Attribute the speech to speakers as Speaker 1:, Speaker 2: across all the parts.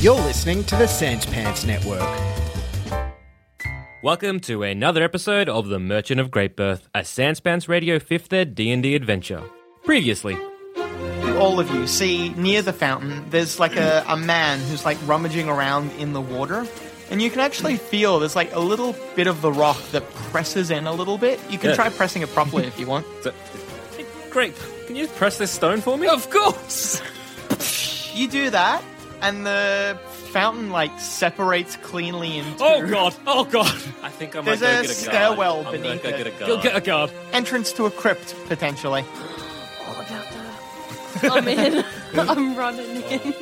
Speaker 1: You're listening to the Sans Pants Network.
Speaker 2: Welcome to another episode of The Merchant of Great Birth, a Sanspants Radio 5th Ed D&D adventure. Previously,
Speaker 3: all of you see near the fountain there's like a, a man who's like rummaging around in the water and you can actually feel there's like a little bit of the rock that presses in a little bit you can
Speaker 2: Yeah.
Speaker 3: try pressing it properly if you want
Speaker 2: Grape, can you press this stone for me? Of course!
Speaker 3: you do that and the fountain like separates cleanly into
Speaker 4: Oh god! Oh god! I think I might
Speaker 3: There's
Speaker 4: go
Speaker 3: a
Speaker 4: get a
Speaker 3: stairwell
Speaker 4: guard. I'm gonna
Speaker 3: beneath
Speaker 4: go
Speaker 3: it.
Speaker 4: get a
Speaker 2: Go
Speaker 4: guard.
Speaker 2: get a guard.
Speaker 3: entrance to a crypt potentially
Speaker 5: I'm in. I'm running in.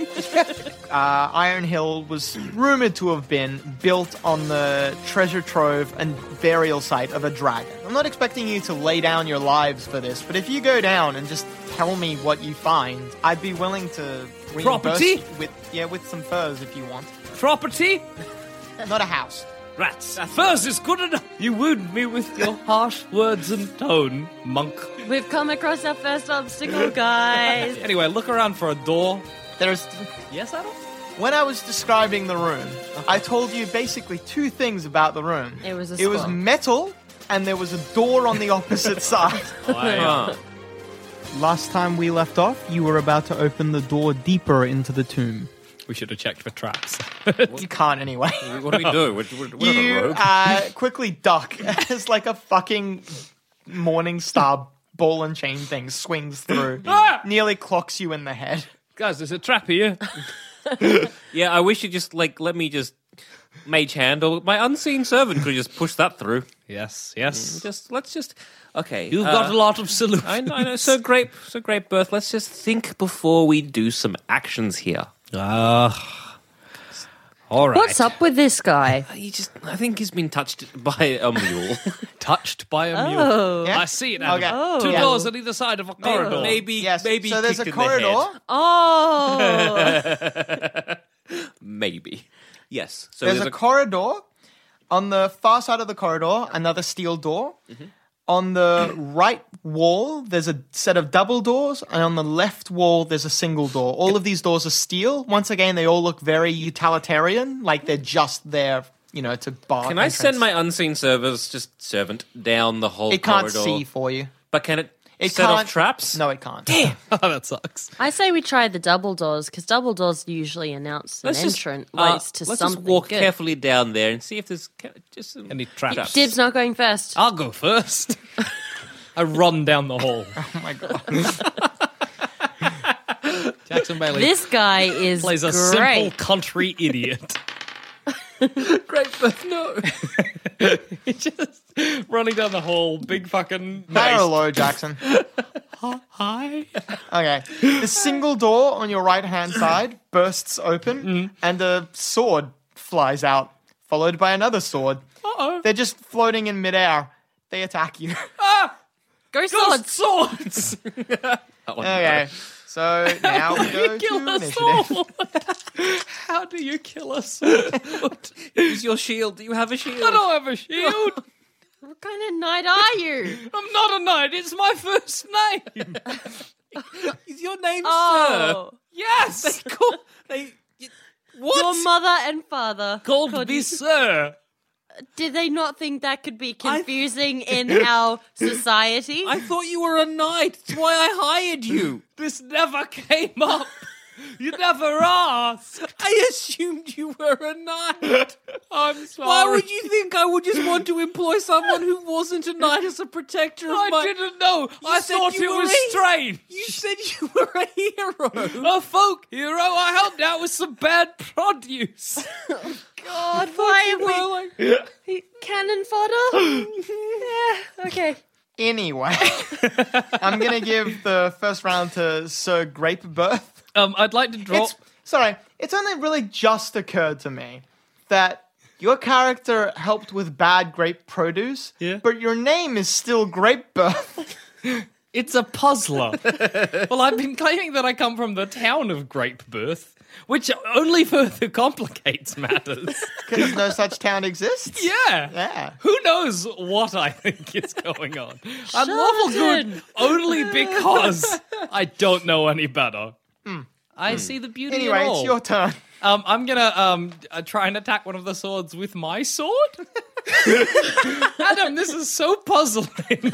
Speaker 3: uh, Iron Hill was rumored to have been built on the treasure trove and burial site of a dragon. I'm not expecting you to lay down your lives for this, but if you go down and just tell me what you find, I'd be willing to reimburse
Speaker 4: Property?
Speaker 3: you with yeah with some furs if you want.
Speaker 4: Property?
Speaker 3: Not a house.
Speaker 4: Rats. First is good enough. You wound me with your harsh words and tone, monk.
Speaker 5: We've come across our first obstacle, guys.
Speaker 4: Anyway, look around for a door.
Speaker 3: There's
Speaker 4: Yes, Adam?
Speaker 3: when I was describing the room, I told you basically two things about the room.
Speaker 5: It was a
Speaker 3: it was
Speaker 5: squirrel.
Speaker 3: metal, and there was a door on the opposite side. Last time we left off, you were about to open the door deeper into the tomb.
Speaker 4: We should have checked for traps.
Speaker 3: You can't anyway.
Speaker 4: what do we do? We're, we're,
Speaker 3: You uh, quickly duck as like a fucking morning star ball and chain thing swings through, nearly clocks you in the head.
Speaker 4: Guys, there's a trap here.
Speaker 2: Yeah, I wish you just, like, let me just mage hand or my unseen servant could just push that through. Mm,
Speaker 4: yes, yes.
Speaker 2: Just, let's just, okay.
Speaker 4: You've
Speaker 2: uh,
Speaker 4: got a lot of solutions.
Speaker 2: I know, I know. So great, so great birth. Let's just think before we do some actions here.
Speaker 4: Ah. all right.
Speaker 5: What's up with this guy?
Speaker 2: He just, I think he's been touched by a mule. Oh.
Speaker 4: Touched by a mule.
Speaker 3: Yeah?
Speaker 4: I see it. Adam.
Speaker 3: Okay.
Speaker 5: Oh.
Speaker 4: Two
Speaker 5: Yeah.
Speaker 4: doors on either side of a corridor.
Speaker 2: maybe,
Speaker 3: Yes.
Speaker 2: maybe.
Speaker 3: so there's a
Speaker 2: kicked in the head.
Speaker 3: corridor.
Speaker 5: Oh,
Speaker 2: Maybe. Yes. So
Speaker 3: there's a corridor. On the far side of the corridor, another steel door.
Speaker 2: Mm-hmm.
Speaker 3: On the right wall, there's a set of double doors, and on the left wall, there's a single door. All of these doors are steel. Once again, they all look very utilitarian, like they're just there, you know, to bar.
Speaker 2: Can I send
Speaker 3: entrance.
Speaker 2: my unseen servers, just servant, down the whole
Speaker 3: It can't
Speaker 2: corridor?
Speaker 3: see for you.
Speaker 2: But can it,
Speaker 3: It
Speaker 2: set
Speaker 3: can't
Speaker 2: off traps?
Speaker 3: No, it can't.
Speaker 4: Oh, that sucks.
Speaker 5: I say we try the double doors because double doors usually announce an
Speaker 2: Let's just,
Speaker 5: entrance
Speaker 2: uh,
Speaker 5: ways to
Speaker 2: let's
Speaker 5: something
Speaker 2: just walk
Speaker 5: good.
Speaker 2: carefully down there and see if there's ca- just some
Speaker 4: Any traps?
Speaker 5: Dib's not going first.
Speaker 4: I'll go first. I run down the hall.
Speaker 3: Oh my god.
Speaker 4: Jackson Bailey
Speaker 5: This guy is
Speaker 4: plays a
Speaker 5: great.
Speaker 4: simple country idiot.
Speaker 2: Great birth, no.
Speaker 4: Just running down the hall, big fucking
Speaker 3: High or
Speaker 4: waist.
Speaker 3: low, Jackson?
Speaker 4: Hi.
Speaker 3: Okay. The single door on your right hand side bursts open, and a sword flies out, followed by another sword.
Speaker 4: Uh-oh.
Speaker 3: They're just floating in midair. They attack you.
Speaker 5: Go
Speaker 4: Ghost
Speaker 5: swords.
Speaker 4: swords.
Speaker 3: okay. So now we go to
Speaker 4: kill a
Speaker 3: initiative.
Speaker 4: sword. Mm, How do you kill a sword? I
Speaker 2: Use your shield. Do you have a shield?
Speaker 4: don't have a shield.
Speaker 5: What kind of knight are you?
Speaker 4: I'm not a knight. It's my first name.
Speaker 2: Is your name
Speaker 5: Oh,
Speaker 4: Yes.
Speaker 2: Sir? Cool. They, you- what?
Speaker 5: your mother and father
Speaker 4: Called
Speaker 5: called
Speaker 4: me
Speaker 5: you
Speaker 4: sir.
Speaker 5: Did they not think that could be confusing in our society?
Speaker 2: I thought you were a knight. That's why I hired you.
Speaker 4: This never came up. You never asked.
Speaker 2: I assumed you were a knight.
Speaker 4: I'm sorry.
Speaker 2: Why would you think I would just want to employ someone who wasn't a knight as a protector of
Speaker 4: I
Speaker 2: my...
Speaker 4: didn't know.
Speaker 2: You
Speaker 4: I
Speaker 2: said
Speaker 4: thought
Speaker 2: you
Speaker 4: it
Speaker 2: were
Speaker 4: was
Speaker 2: a-
Speaker 4: strange.
Speaker 2: You said you were a hero.
Speaker 4: A folk hero. I helped out with some bad produce.
Speaker 2: Oh,
Speaker 5: God, why are we cannon fodder? yeah. Okay.
Speaker 3: Anyway, I'm gonna give the first round to Sir Grape Birth.
Speaker 4: Um, I'd like to draw.
Speaker 3: It's sorry, it's only really just occurred to me that your character helped with bad grape produce,
Speaker 4: Yeah.
Speaker 3: but your name is still Grape Birth.
Speaker 4: It's a puzzler. well, I've been claiming that I come from the town of Grape Birth, which only further complicates matters.
Speaker 3: Because no such town exists.
Speaker 4: yeah.
Speaker 3: Yeah.
Speaker 4: Who knows what I think is going on? I'm lawful good only because I don't know any better. I see the beauty in
Speaker 3: Hmm. Anyway,
Speaker 4: all.
Speaker 3: it's your turn.
Speaker 4: Um, I'm gonna um uh, try and attack one of the swords with my sword. Adam, this is so puzzling.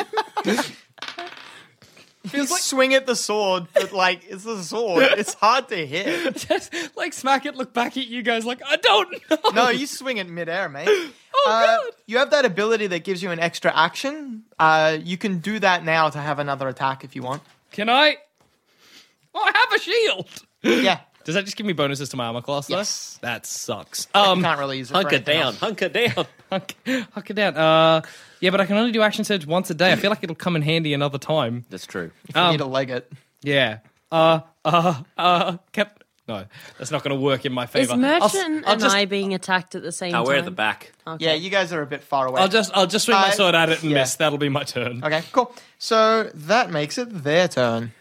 Speaker 3: You swing at the sword, but like it's a sword. It's hard to hit.
Speaker 4: Just like smack it, look back at you guys, like I don't know.
Speaker 3: No, you swing at midair, mate.
Speaker 4: Oh
Speaker 3: Uh,
Speaker 4: god.
Speaker 3: you have that ability that gives you an extra action. Uh, you can do that now to have another attack if you want.
Speaker 4: Can I? Oh, I have a shield.
Speaker 3: Yeah.
Speaker 4: Does that just give me bonuses to my armor class? though?
Speaker 3: Yes.
Speaker 4: That sucks. Um,
Speaker 3: Can't really use it. for
Speaker 2: Hunker
Speaker 3: anything
Speaker 2: down.
Speaker 3: else.
Speaker 2: Hunker down.
Speaker 4: huck, huck it down. Uh, yeah, but I can only do action surge once a day. I feel like it'll come in handy another time.
Speaker 2: That's true.
Speaker 3: You
Speaker 2: Um,
Speaker 3: need to leg it.
Speaker 4: Yeah. Uh, uh, uh. Kept... No, that's not going to work in my
Speaker 5: Is
Speaker 4: favor. I'll s-
Speaker 5: Merchant
Speaker 4: I'll
Speaker 5: and
Speaker 4: just-
Speaker 5: I being attacked at the same
Speaker 2: Now
Speaker 5: time?
Speaker 2: we're at the back.
Speaker 3: Yeah, you guys are a bit far away.
Speaker 4: I'll just I'll just swing my
Speaker 3: Uh,
Speaker 4: sword at it and
Speaker 3: yeah.
Speaker 4: miss. That'll be my turn.
Speaker 3: Okay, cool. So that makes it their turn.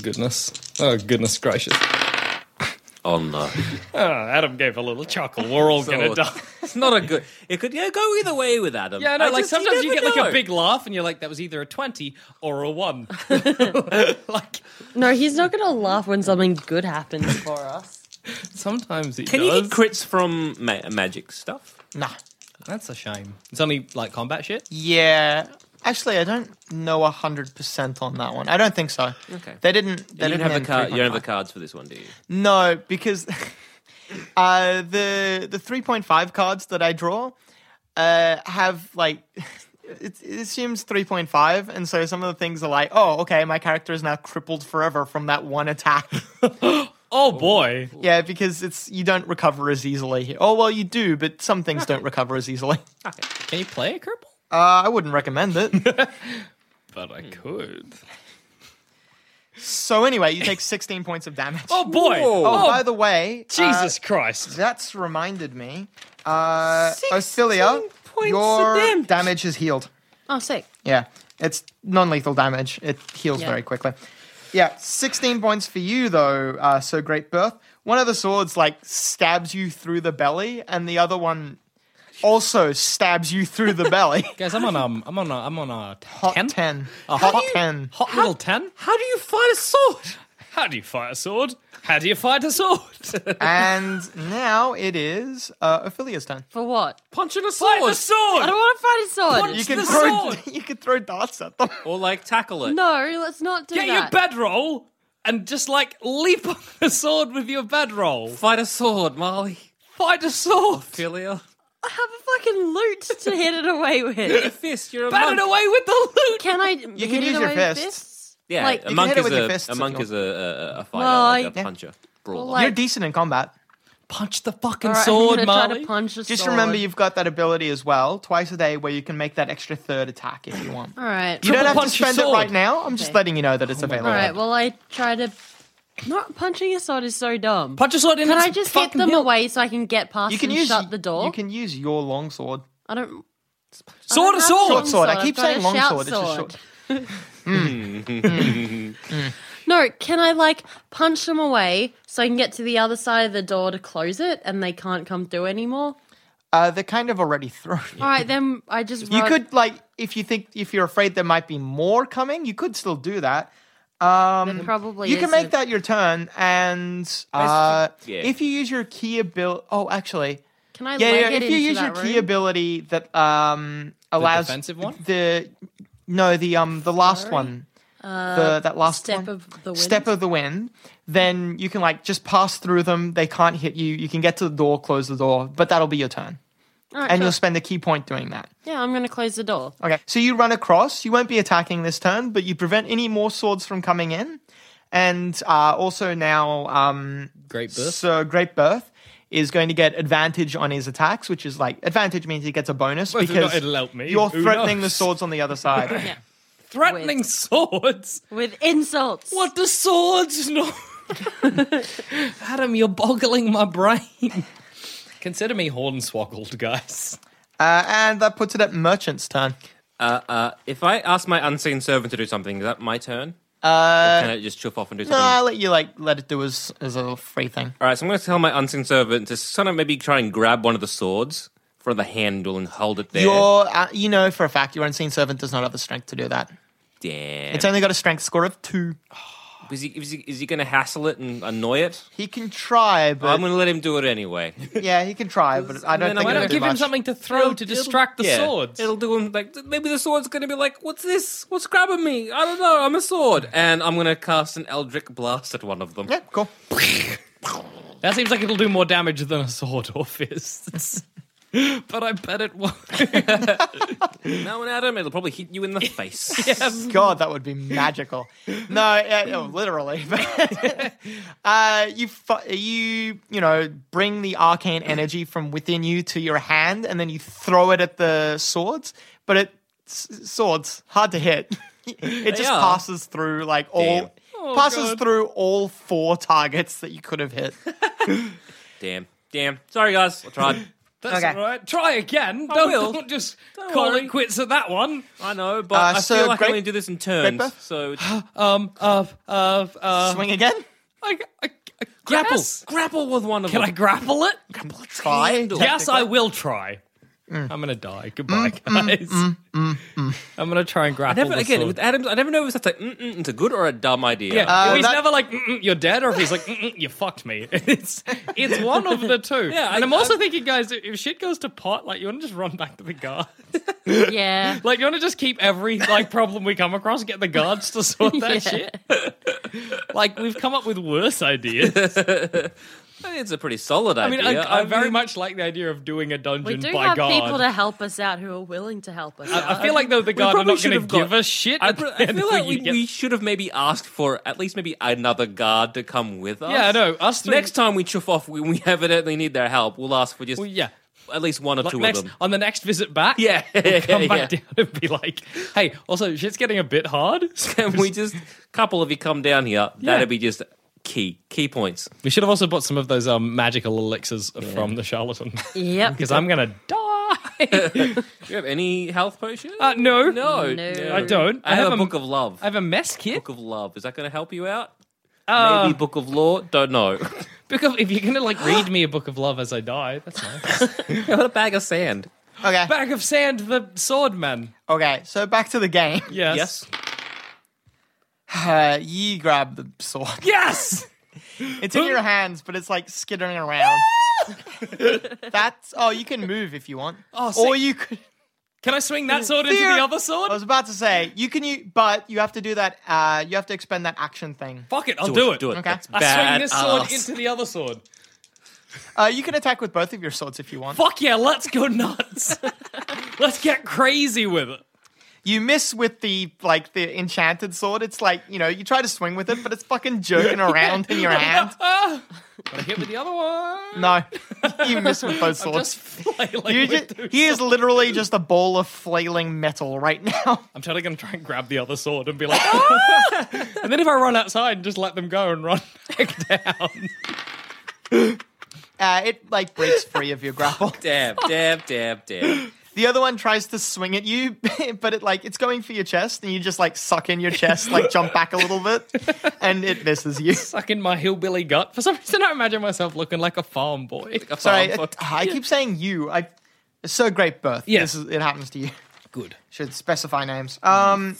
Speaker 4: Goodness. Oh goodness gracious.
Speaker 2: Oh no.
Speaker 4: Oh, Adam gave a little chuckle. We're all gonna
Speaker 2: Sword.
Speaker 4: die.
Speaker 2: It's not a good. It could yeah, go either way with Adam.
Speaker 4: Yeah, no,
Speaker 2: I
Speaker 4: like
Speaker 2: just-
Speaker 4: sometimes you
Speaker 2: never
Speaker 4: get like
Speaker 2: know.
Speaker 4: a big laugh and you're like, that was either a twenty or a one. like
Speaker 5: No, he's not going to laugh when something good happens for us.
Speaker 4: sometimes it
Speaker 2: Can you
Speaker 4: does.
Speaker 2: get crits from ma- magic stuff?
Speaker 3: Nah.
Speaker 4: That's a shame. It's only like combat shit.
Speaker 3: Yeah. Actually, I don't know hundred percent on that one. I don't think so.
Speaker 2: Okay.
Speaker 3: They didn't. They
Speaker 2: You don't
Speaker 3: didn't
Speaker 2: have the
Speaker 3: end
Speaker 2: card. You don't have
Speaker 3: 3.5.
Speaker 2: the cards for this one, do you?
Speaker 3: No, because uh, the the three point five cards that I draw uh, have like it, it assumes three point five, and so some of the things are like, oh, okay, my character is now crippled forever from that one attack.
Speaker 4: Oh boy.
Speaker 3: yeah, because it's you don't recover as easily. here. Oh well, you do, but some things don't recover as easily.
Speaker 4: Can you play a cripple? Hmm.
Speaker 3: Uh, I wouldn't recommend it.
Speaker 4: But I could.
Speaker 3: so anyway, you take sixteen points of damage.
Speaker 4: Oh boy.
Speaker 3: Oh,
Speaker 4: Oh,
Speaker 3: by the way, uh,
Speaker 4: Jesus Christ.
Speaker 3: That's reminded me. Uh, Ophelia, your damage. is healed.
Speaker 5: Oh, sick.
Speaker 3: Yeah, it's non-lethal damage. It heals
Speaker 5: Yeah.
Speaker 3: very quickly. Yeah, sixteen points for you though. Uh, so great birth. One of the swords like stabs you through the belly, and the other one also stabs you through the belly.
Speaker 4: Guys, I'm on um I'm on a I'm on a
Speaker 3: Hot ten.
Speaker 4: ten.
Speaker 3: A
Speaker 4: How
Speaker 3: hot
Speaker 4: do you-
Speaker 3: ten.
Speaker 4: Hot little ten?
Speaker 2: How do you fight a sword?
Speaker 4: How do you fight a sword? How do you fight a sword?
Speaker 3: And now it is uh, Ophelia's turn.
Speaker 5: For what?
Speaker 2: Punching a sword.
Speaker 4: Fight a sword!
Speaker 5: I don't want to fight a sword.
Speaker 3: You can
Speaker 4: the
Speaker 3: throw
Speaker 4: sword.
Speaker 3: you can throw darts at them.
Speaker 2: Or like tackle it.
Speaker 5: No, let's not do
Speaker 4: Get your
Speaker 5: that.
Speaker 4: bedroll and just like leap on the sword with your bedroll.
Speaker 2: Fight a sword, Marley.
Speaker 4: Fight a sword.
Speaker 2: Philia.
Speaker 5: I have a fucking loot to hit it away with.
Speaker 2: Fist. You're a
Speaker 4: Bat
Speaker 2: monk.
Speaker 4: it away with the loot.
Speaker 5: Can I?
Speaker 3: You
Speaker 5: hit
Speaker 3: can
Speaker 5: it
Speaker 3: use your
Speaker 5: away with
Speaker 3: fists.
Speaker 5: fists?
Speaker 2: Yeah,
Speaker 5: Like-
Speaker 2: a
Speaker 5: You
Speaker 3: can
Speaker 2: monk
Speaker 3: hit it
Speaker 2: is
Speaker 3: with your
Speaker 2: a,
Speaker 3: fists
Speaker 2: a
Speaker 3: if
Speaker 2: monk
Speaker 3: you
Speaker 2: is a, a, a- a fighter,
Speaker 5: Well,
Speaker 2: like a
Speaker 5: I-
Speaker 2: puncher, brawler.
Speaker 5: like-
Speaker 3: You're decent in combat.
Speaker 4: Punch the fucking
Speaker 5: All right,
Speaker 4: sword,
Speaker 5: I'm gonna try
Speaker 4: Marley.
Speaker 5: to punch a
Speaker 3: Just
Speaker 5: sword.
Speaker 3: remember you've got that ability as well, twice a day, where you can make that extra third attack if you want.
Speaker 5: All right.
Speaker 3: You don't have to
Speaker 4: punch your
Speaker 3: spend it right
Speaker 4: sword.
Speaker 3: now. I'm just
Speaker 5: Okay.
Speaker 3: letting you know that it's
Speaker 5: All
Speaker 3: available.
Speaker 5: right. Well, I try to. Not punching a sword is so dumb.
Speaker 4: punch a sword in
Speaker 5: Can
Speaker 4: its
Speaker 5: I just get
Speaker 4: fucking
Speaker 5: them
Speaker 4: hilt.
Speaker 5: away so I can get past
Speaker 3: you can
Speaker 5: and
Speaker 3: use
Speaker 5: shut the door?
Speaker 3: You can use your longsword.
Speaker 5: I don't.
Speaker 4: Sword
Speaker 5: I
Speaker 4: a
Speaker 5: have
Speaker 4: sword.
Speaker 5: long
Speaker 3: Short sword. I
Speaker 5: sword.
Speaker 3: keep
Speaker 5: I've got
Speaker 3: saying
Speaker 5: a
Speaker 3: long
Speaker 5: shout
Speaker 3: sword. It's just
Speaker 5: sword.
Speaker 3: short.
Speaker 5: No, can I like punch them away so I can get to the other side of the door to close it and they can't come through anymore?
Speaker 3: Uh, they're kind of already thrown.
Speaker 5: All right, then I just
Speaker 3: You
Speaker 5: run-
Speaker 3: could like if you think if you're afraid there might be more coming, you could still do that. Um,
Speaker 5: There probably
Speaker 3: you can make
Speaker 5: isn't.
Speaker 3: that your turn, and uh,
Speaker 2: yeah.
Speaker 3: if you use your key ability, oh, actually,
Speaker 5: Can I
Speaker 3: Yeah,
Speaker 5: leg
Speaker 3: yeah.
Speaker 5: it
Speaker 3: If you
Speaker 5: into
Speaker 3: use your
Speaker 5: that
Speaker 3: key
Speaker 5: room?
Speaker 3: ability that um allows
Speaker 4: defensive one?
Speaker 3: the no the um the last one the that last
Speaker 5: Uh, Step
Speaker 3: one.
Speaker 5: of the wind.
Speaker 3: step of the wind, then you can like just pass through them. They can't hit you. You can get to the door, close the door, but that'll be your turn, and
Speaker 5: Alright, cool.
Speaker 3: you'll spend a key point doing that.
Speaker 5: yeah, I'm gonna close the door.
Speaker 3: Okay, so you run across. You won't be attacking this turn, but you prevent any more swords from coming in, and uh, also now um,
Speaker 4: Great burst.
Speaker 3: Sir Great Birth is going to get advantage on his attacks, which is like advantage means he gets a bonus
Speaker 4: Well, if
Speaker 3: because
Speaker 4: not, it'll help me.
Speaker 3: you're
Speaker 4: Who
Speaker 3: threatening the
Speaker 4: knows?
Speaker 3: swords on the other side.
Speaker 4: Threatening swords.
Speaker 5: With insults.
Speaker 4: What do swords know? Adam, you're boggling my brain. Consider me hornswoggled, guys.
Speaker 3: Uh, and that puts it at Merchant's turn.
Speaker 2: Uh, uh, if I ask my unseen servant to do something, is that my turn? Uh, or can I just chuff off and do
Speaker 3: No,
Speaker 2: something?
Speaker 3: I'll let you like let it do as as a little free thing.
Speaker 2: All right, so I'm going to tell my unseen servant to sort of maybe try and grab one of the swords from the handle and hold it there.
Speaker 3: Your, uh, you know for a fact, your unseen servant does not have the strength to do that.
Speaker 2: Damn.
Speaker 3: It's only got a strength score of two.
Speaker 2: Is he, is he, is he going to hassle it and annoy it?
Speaker 3: He can try,
Speaker 2: I'm
Speaker 3: but
Speaker 2: going to let him do it anyway.
Speaker 3: yeah, he can try, but I don't
Speaker 2: then
Speaker 3: think
Speaker 2: why
Speaker 4: Why not
Speaker 3: it'll
Speaker 2: don't
Speaker 3: do
Speaker 4: give him
Speaker 3: much.
Speaker 4: something to throw to distract the
Speaker 2: Yeah.
Speaker 4: swords?
Speaker 2: It'll do him like maybe the sword's going to be like, "What's this? What's grabbing me? I don't know. I'm a sword." And I'm going to cast an Eldritch Blast at one of them.
Speaker 3: Yeah, cool.
Speaker 4: That seems like it'll do more damage than a sword or fists. but I bet it won't.
Speaker 2: Now and Adam, it'll probably hit you in the face.
Speaker 3: God, that would be magical. No, yeah, no, literally. But uh, you, fu- you, you know, bring the arcane energy from within you to your hand, and then you throw it at the swords. But it s- swords hard to hit. It just
Speaker 2: are.
Speaker 3: passes through like all passes through all four targets that you could have hit.
Speaker 2: Damn. Damn. Sorry, guys. I tried.
Speaker 4: That's
Speaker 3: Okay.
Speaker 4: all right. Try again. Don't,
Speaker 2: will.
Speaker 4: don't just call
Speaker 2: worry.
Speaker 4: it quits at that one.
Speaker 2: I know, but
Speaker 3: Uh,
Speaker 2: I
Speaker 3: so
Speaker 2: feel like
Speaker 3: great-
Speaker 2: I only do this in turns.
Speaker 3: Gripper?
Speaker 2: So it's-
Speaker 4: Um, uh, uh, uh,
Speaker 3: Swing again.
Speaker 4: I, I, I,
Speaker 2: grapple,
Speaker 4: yes?
Speaker 2: grapple with one of
Speaker 4: Can
Speaker 2: them.
Speaker 4: I grapple it?
Speaker 3: Try.
Speaker 4: Yes, I will try.
Speaker 2: Mm.
Speaker 4: I'm gonna die. Goodbye, guys. I'm gonna try and grapple.
Speaker 2: never
Speaker 4: the
Speaker 2: again
Speaker 4: sword.
Speaker 2: with Uh, Adams. I never know if that's like mm, mm, it's a good or a dumb idea.
Speaker 4: Yeah, if he's
Speaker 3: that-
Speaker 4: never like Mm-mm, you're dead, or if he's like Mm-mm, you fucked me. It's it's one of the two.
Speaker 2: Yeah,
Speaker 4: and
Speaker 2: I-
Speaker 4: I'm also
Speaker 2: I-
Speaker 4: thinking, guys, if shit goes to pot, like you want to just run back to the guard.
Speaker 5: Yeah.
Speaker 4: Like you want to just keep every like problem we come across, get the guards to sort that shit. like we've come up with worse ideas.
Speaker 2: I think it's a pretty solid
Speaker 4: I
Speaker 2: idea.
Speaker 4: mean, I, I, very
Speaker 2: mean-
Speaker 4: much like the idea of doing a
Speaker 5: We
Speaker 4: dungeon
Speaker 5: do
Speaker 4: by
Speaker 5: have
Speaker 4: guard.
Speaker 5: people to help us out who are willing to help us out.
Speaker 4: I feel like though the guard are
Speaker 2: probably
Speaker 4: not
Speaker 2: should
Speaker 4: going to
Speaker 2: have got-
Speaker 4: give a shit.
Speaker 2: I,
Speaker 4: at
Speaker 2: pr-
Speaker 4: the
Speaker 2: I
Speaker 4: end
Speaker 2: feel
Speaker 4: when
Speaker 2: like
Speaker 4: you
Speaker 2: we,
Speaker 4: get-
Speaker 2: we should have maybe asked for at least maybe another guard to come with us.
Speaker 4: Yeah, I know. Us three-
Speaker 2: Next time we chuff off, we, we evidently need their help. We'll ask for just
Speaker 4: Well, yeah.
Speaker 2: at least one or
Speaker 4: Like
Speaker 2: two
Speaker 4: next,
Speaker 2: of them.
Speaker 4: on the next visit back,
Speaker 2: Yeah.
Speaker 4: we'll come back
Speaker 2: Yeah.
Speaker 4: down and be like, "Hey, also shit's getting a bit hard.
Speaker 2: Can we just couple of you come down here? That'd be just key key points.
Speaker 4: We should have also bought some of those um, magical elixirs from the charlatan
Speaker 5: Yep.
Speaker 4: because I'm gonna die.
Speaker 2: Do you have any health potions?
Speaker 4: uh, no,
Speaker 2: no,
Speaker 5: No.
Speaker 4: I don't.
Speaker 2: I have, a
Speaker 4: m-
Speaker 2: book of love.
Speaker 4: I have a mess kit.
Speaker 2: book of love. Is that going to help you out?
Speaker 4: Uh,
Speaker 2: Maybe book of law. Don't know.
Speaker 4: book of, if you're gonna like read me a book of love as I die, that's nice.
Speaker 2: Got a bag of sand.
Speaker 3: Okay.
Speaker 4: Bag of sand, the sword man.
Speaker 3: Okay. So back to the game.
Speaker 4: Yes,
Speaker 2: Yes.
Speaker 3: Uh, you grab the sword.
Speaker 4: yes.
Speaker 3: It's in your hands, but it's like skittering around. That's oh, you can move if you want,
Speaker 4: Oh,
Speaker 3: or
Speaker 4: sick.
Speaker 3: you could.
Speaker 4: Can I swing that sword into
Speaker 3: Fear-
Speaker 4: the other
Speaker 3: I
Speaker 4: sword?
Speaker 3: was about to say you can, you but you have to do that. Uh, you have to expend that action thing.
Speaker 4: Fuck it, I'll
Speaker 2: Do
Speaker 4: do,
Speaker 2: it, do it.
Speaker 3: Okay.
Speaker 2: That's
Speaker 4: I swing this sword
Speaker 2: Badass.
Speaker 4: into the other sword.
Speaker 3: Uh, you can attack with both of your swords if you want.
Speaker 4: Fuck yeah, let's go nuts. let's get crazy with it.
Speaker 3: You miss with the like the enchanted sword. It's like you know you try to swing with it, but it's fucking jerking around in your hand.
Speaker 4: Gotta hit with the other one.
Speaker 3: No, you miss with both
Speaker 4: I'm
Speaker 3: swords.
Speaker 4: just flailing.
Speaker 3: You
Speaker 4: with
Speaker 3: just,
Speaker 4: two
Speaker 3: he is
Speaker 4: swords.
Speaker 3: literally just a ball of flailing metal right now.
Speaker 4: I'm totally gonna try and grab the other sword and be like, "Ah!" and then if I run outside, just let them go and run back down.
Speaker 3: Uh, it like breaks free of your grapple.
Speaker 2: Dab, dab, dab, dab.
Speaker 3: The other one tries to swing at you, but it like it's going for your chest, and you just like suck in your chest, like jump back a little bit, and it misses you.
Speaker 4: Suck in my hillbilly gut. For some reason, I imagine myself looking like a farm boy.
Speaker 3: Sorry,
Speaker 4: Oh,
Speaker 2: Farm boy.
Speaker 3: it- I keep saying you. I so great birth.
Speaker 4: Yeah.
Speaker 3: This is, it happens to you.
Speaker 4: Good.
Speaker 3: Should specify names. Um,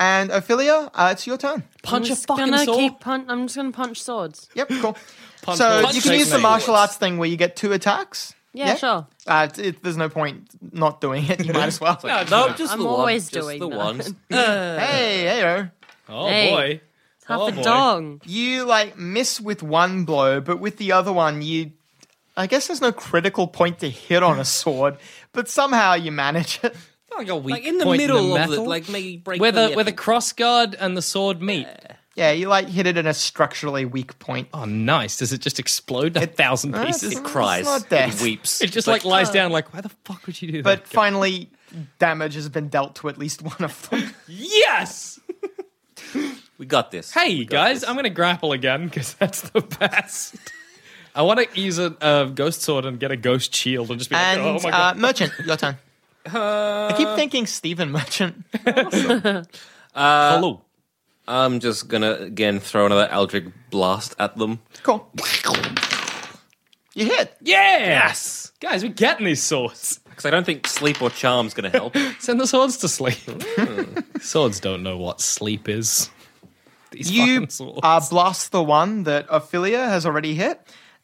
Speaker 3: and Ophelia, uh, it's your turn.
Speaker 4: Punch a
Speaker 5: I'm just
Speaker 4: fucking
Speaker 5: gonna
Speaker 4: sword.
Speaker 5: Keep pun- I'm just gonna punch swords.
Speaker 3: Yep, cool.
Speaker 4: Punch
Speaker 3: so
Speaker 4: swords.
Speaker 3: you can
Speaker 4: Punch
Speaker 3: use the
Speaker 4: swords.
Speaker 3: martial arts thing where you get two attacks.
Speaker 5: Yeah,
Speaker 3: Yeah?
Speaker 5: sure.
Speaker 3: Uh, it's- it, there's no point not doing it. You might as well.
Speaker 2: No, no, just
Speaker 5: I'm
Speaker 2: the
Speaker 5: always
Speaker 2: one,
Speaker 5: doing
Speaker 2: just
Speaker 5: that.
Speaker 2: the ones.
Speaker 3: Hey, heyo.
Speaker 4: Oh
Speaker 5: Hey.
Speaker 4: boy.
Speaker 5: Half
Speaker 4: Oh,
Speaker 5: a
Speaker 4: boy.
Speaker 5: dong.
Speaker 3: You like miss with one blow, but with the other one, you. I guess there's no critical point to hit on a sword, but somehow you manage it.
Speaker 4: Like, a weak
Speaker 2: Like in the
Speaker 4: point
Speaker 2: middle
Speaker 4: the
Speaker 2: of the
Speaker 4: metal.
Speaker 2: like maybe break
Speaker 4: where the
Speaker 2: middle.
Speaker 4: where the cross guard and the sword meet.
Speaker 3: Yeah, you like hit it in a structurally weak point.
Speaker 4: Oh, nice. Does it just explode in a thousand pieces?
Speaker 3: it's-
Speaker 4: It,
Speaker 2: cries,
Speaker 3: It's not death.
Speaker 2: it weeps.
Speaker 4: just like, lies down. Like, why the fuck would you do
Speaker 3: But
Speaker 4: that?
Speaker 3: finally, damage has been dealt to at least one of them.
Speaker 4: yes.
Speaker 2: "Ah, we got Oh this.
Speaker 4: Hey guys, I'm gonna grapple again because that's the best. I want to use a uh, ghost sword and get a ghost shield and just be like,
Speaker 3: And
Speaker 4: oh my
Speaker 3: uh,
Speaker 4: god. Uh,
Speaker 3: merchant, your turn. I keep thinking Stephen Merchant.
Speaker 4: Hello.
Speaker 2: I'm just gonna again throw another Eldric blast at them.
Speaker 3: Cool. You hit.
Speaker 4: Yes! Guys, we're getting these swords.
Speaker 2: Because I don't think sleep or charm's gonna help.
Speaker 4: Send the swords to sleep. swords don't know what sleep is. These
Speaker 3: You
Speaker 4: fucking swords.
Speaker 3: uh, blast the one that Ophelia has already hit,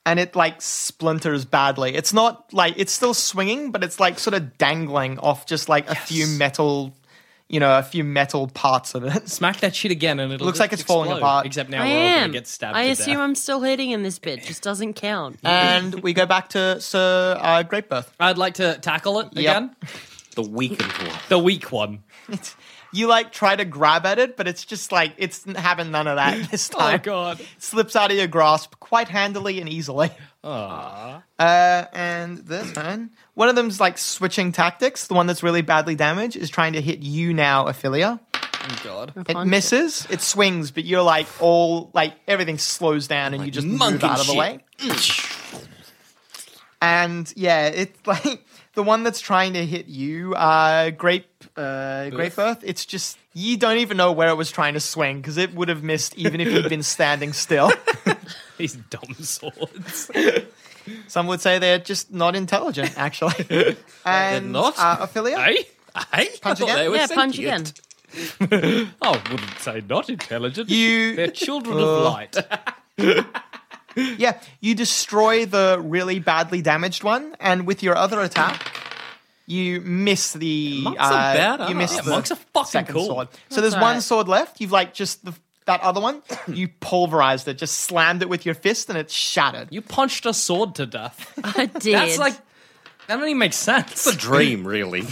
Speaker 3: and it like splinters badly. It's not like it's still swinging, but it's like sort of dangling off just like a few metal, you know, a few metal parts of it.
Speaker 4: Smack that shit again and it'll
Speaker 3: Looks
Speaker 4: just
Speaker 3: like it's falling
Speaker 4: explode,
Speaker 3: apart.
Speaker 4: Except now
Speaker 5: I
Speaker 4: we're all
Speaker 5: am.
Speaker 4: gonna get stabbed.
Speaker 5: I
Speaker 4: to
Speaker 5: assume
Speaker 4: death.
Speaker 5: I'm still hitting in this bit. Just doesn't count.
Speaker 3: and we go back to Sir uh, Greatbirth.
Speaker 4: I'd like to tackle it again.
Speaker 2: the weakened one.
Speaker 4: The weak one.
Speaker 3: You like try to grab at it, but it's just like it's having none of that this time.
Speaker 4: Oh god.
Speaker 3: Slips out of your grasp quite handily and easily. Uh, and this man, one of them's like switching tactics. The one that's really badly damaged is trying to hit you now, Ophelia.
Speaker 4: God.
Speaker 3: It misses. It swings, but you're like all like everything slows down and you just move
Speaker 2: monk and
Speaker 3: out of the
Speaker 2: shit.
Speaker 3: way. and yeah, it's like the one that's trying to hit you, uh, grape, uh, grape earth. It's just you don't even know where it was trying to swing because it would have missed even if you'd been standing still.
Speaker 4: These dumb swords.
Speaker 3: Some would say they're just not intelligent, actually. and
Speaker 2: not?
Speaker 3: Uh, Ophelia,
Speaker 4: Hey?
Speaker 2: I
Speaker 3: Punch
Speaker 2: thought
Speaker 3: again?
Speaker 2: they were
Speaker 5: yeah, punch again.
Speaker 2: sentient.
Speaker 4: Oh, wouldn't say not intelligent.
Speaker 3: You-
Speaker 4: They're children of light.
Speaker 3: yeah, you destroy the really badly damaged one, and with your other attack. You miss the.
Speaker 2: Monks
Speaker 3: uh,
Speaker 2: are bad,
Speaker 3: you
Speaker 2: aren't
Speaker 3: miss
Speaker 2: they?
Speaker 3: the
Speaker 4: Monks are fucking
Speaker 3: second
Speaker 4: cool.
Speaker 3: sword. So there's one
Speaker 5: alright.
Speaker 3: sword left. You've like just the, that other one. You pulverized it, just slammed it with your fist, and it shattered.
Speaker 4: You punched a sword to death.
Speaker 5: I did.
Speaker 4: That's like that don't even make sense.
Speaker 2: It's a dream, really.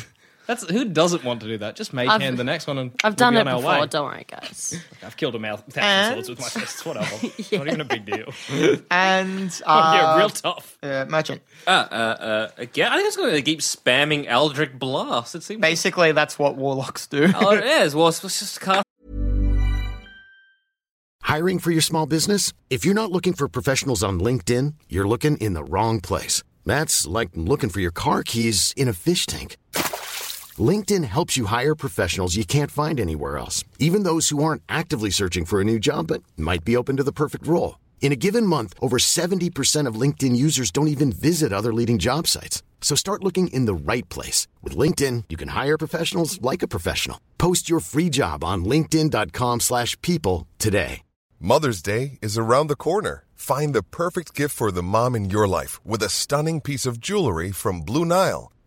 Speaker 4: That's who doesn't want to do that. Just make
Speaker 5: I've-
Speaker 4: hand the next one, and
Speaker 5: I've
Speaker 4: we'll
Speaker 5: done
Speaker 4: be
Speaker 5: it
Speaker 4: on our
Speaker 5: before.
Speaker 4: Way.
Speaker 5: Don't Eh? worry, guys.
Speaker 4: I've killed a mou- thousand
Speaker 3: And-
Speaker 4: swords with my fists. Whatever. Not even a big deal.
Speaker 3: and
Speaker 4: yeah,
Speaker 3: uh,
Speaker 5: Um,
Speaker 4: real tough.
Speaker 3: uh, merchant.
Speaker 2: uh, Again, I think it's going to keep spamming Eldric blast. It seems.
Speaker 3: Basically, that's what warlocks do.
Speaker 2: Oh, it is. Well, it's it's just cast
Speaker 6: Hiring for your small business? If you're not looking for professionals on LinkedIn, you're looking in the wrong place. That's like looking for your car keys in a fish tank. LinkedIn helps you hire professionals you can't find anywhere else, even those who aren't actively searching for a new job but might be open to the perfect role. In a given month, over 70% of LinkedIn users don't even visit other leading job sites. So start looking in the right place. With LinkedIn, you can hire professionals like a professional. Post your free job on linkedin.com/people slash people today.
Speaker 7: Mother's Day is around the corner. Find the perfect gift for the mom in your life with a stunning piece of jewelry from Blue Nile.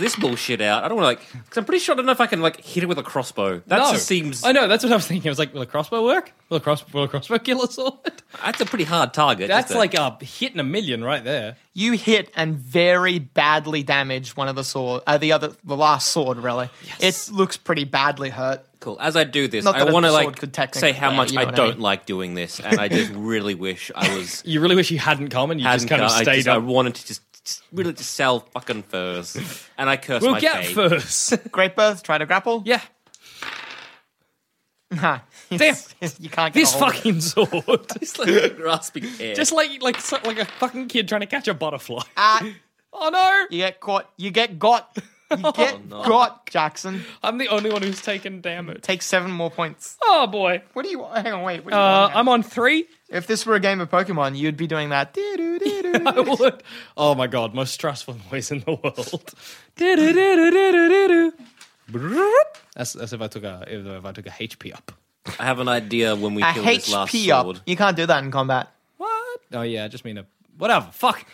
Speaker 2: this bullshit out. I don't want to like because I'm pretty sure I don't know if I can like hit it with a crossbow. That
Speaker 4: no.
Speaker 2: just seems
Speaker 4: I know. That's what I was thinking. I was like, will a crossbow work? Will a, cross- will a crossbow kill us all?
Speaker 2: that's a pretty hard target.
Speaker 4: That's
Speaker 2: isn't it?
Speaker 4: like a hit in a million right there.
Speaker 3: You hit and very badly damage one of the sword, uh, the other, the last sword. Really, it looks pretty badly hurt.
Speaker 2: Cool. As I do this,
Speaker 3: Not
Speaker 2: I
Speaker 3: that a
Speaker 2: want to
Speaker 3: sword
Speaker 2: like
Speaker 3: could technically-
Speaker 2: say how
Speaker 3: yeah,
Speaker 2: much
Speaker 3: you know
Speaker 2: I
Speaker 3: what I
Speaker 2: don't
Speaker 3: mean.
Speaker 2: like doing this, and I just really wish I was.
Speaker 4: You really wish you hadn't come and you just
Speaker 2: hadn't
Speaker 4: kind of
Speaker 2: got- I
Speaker 4: stayed
Speaker 2: just- I
Speaker 4: up.
Speaker 2: wanted to just, just really just sell fucking furs, and I cursed
Speaker 4: we'll
Speaker 2: my
Speaker 4: get
Speaker 2: fate.
Speaker 4: first.
Speaker 3: Great birth. Try to grapple.
Speaker 4: yeah.
Speaker 3: Nah.
Speaker 4: Damn.
Speaker 3: you can't. Get
Speaker 4: This
Speaker 2: Oh.
Speaker 3: a hold of it.
Speaker 4: fucking sword.
Speaker 2: It's like a grasping air.
Speaker 4: Just like like so- like a fucking kid trying to catch a butterfly.
Speaker 3: Ah,
Speaker 4: Oh no!
Speaker 3: you get caught. You get got. You
Speaker 2: Oh,
Speaker 3: get got. Jackson
Speaker 4: I'm the only one who's taken damage.
Speaker 3: take seven more points.
Speaker 4: Oh boy.
Speaker 3: What do you? Hang on, wait. What do you
Speaker 4: Uh,
Speaker 3: want now?
Speaker 4: I'm on three.
Speaker 3: If this were a game of Pokemon, you'd be doing that. Doo-doo-doo-doo-doo.
Speaker 4: I would. Oh my god, most stressful noise in the world. Do-do-do-do-do-do-do. Broop. That's that's if I took a if, if I took a HP up.
Speaker 2: I have an idea when we
Speaker 3: a
Speaker 2: kill this last
Speaker 3: HP up.
Speaker 2: sword.
Speaker 3: You can't do that in combat.
Speaker 4: What? Oh yeah, I just mean a whatever. Fuck.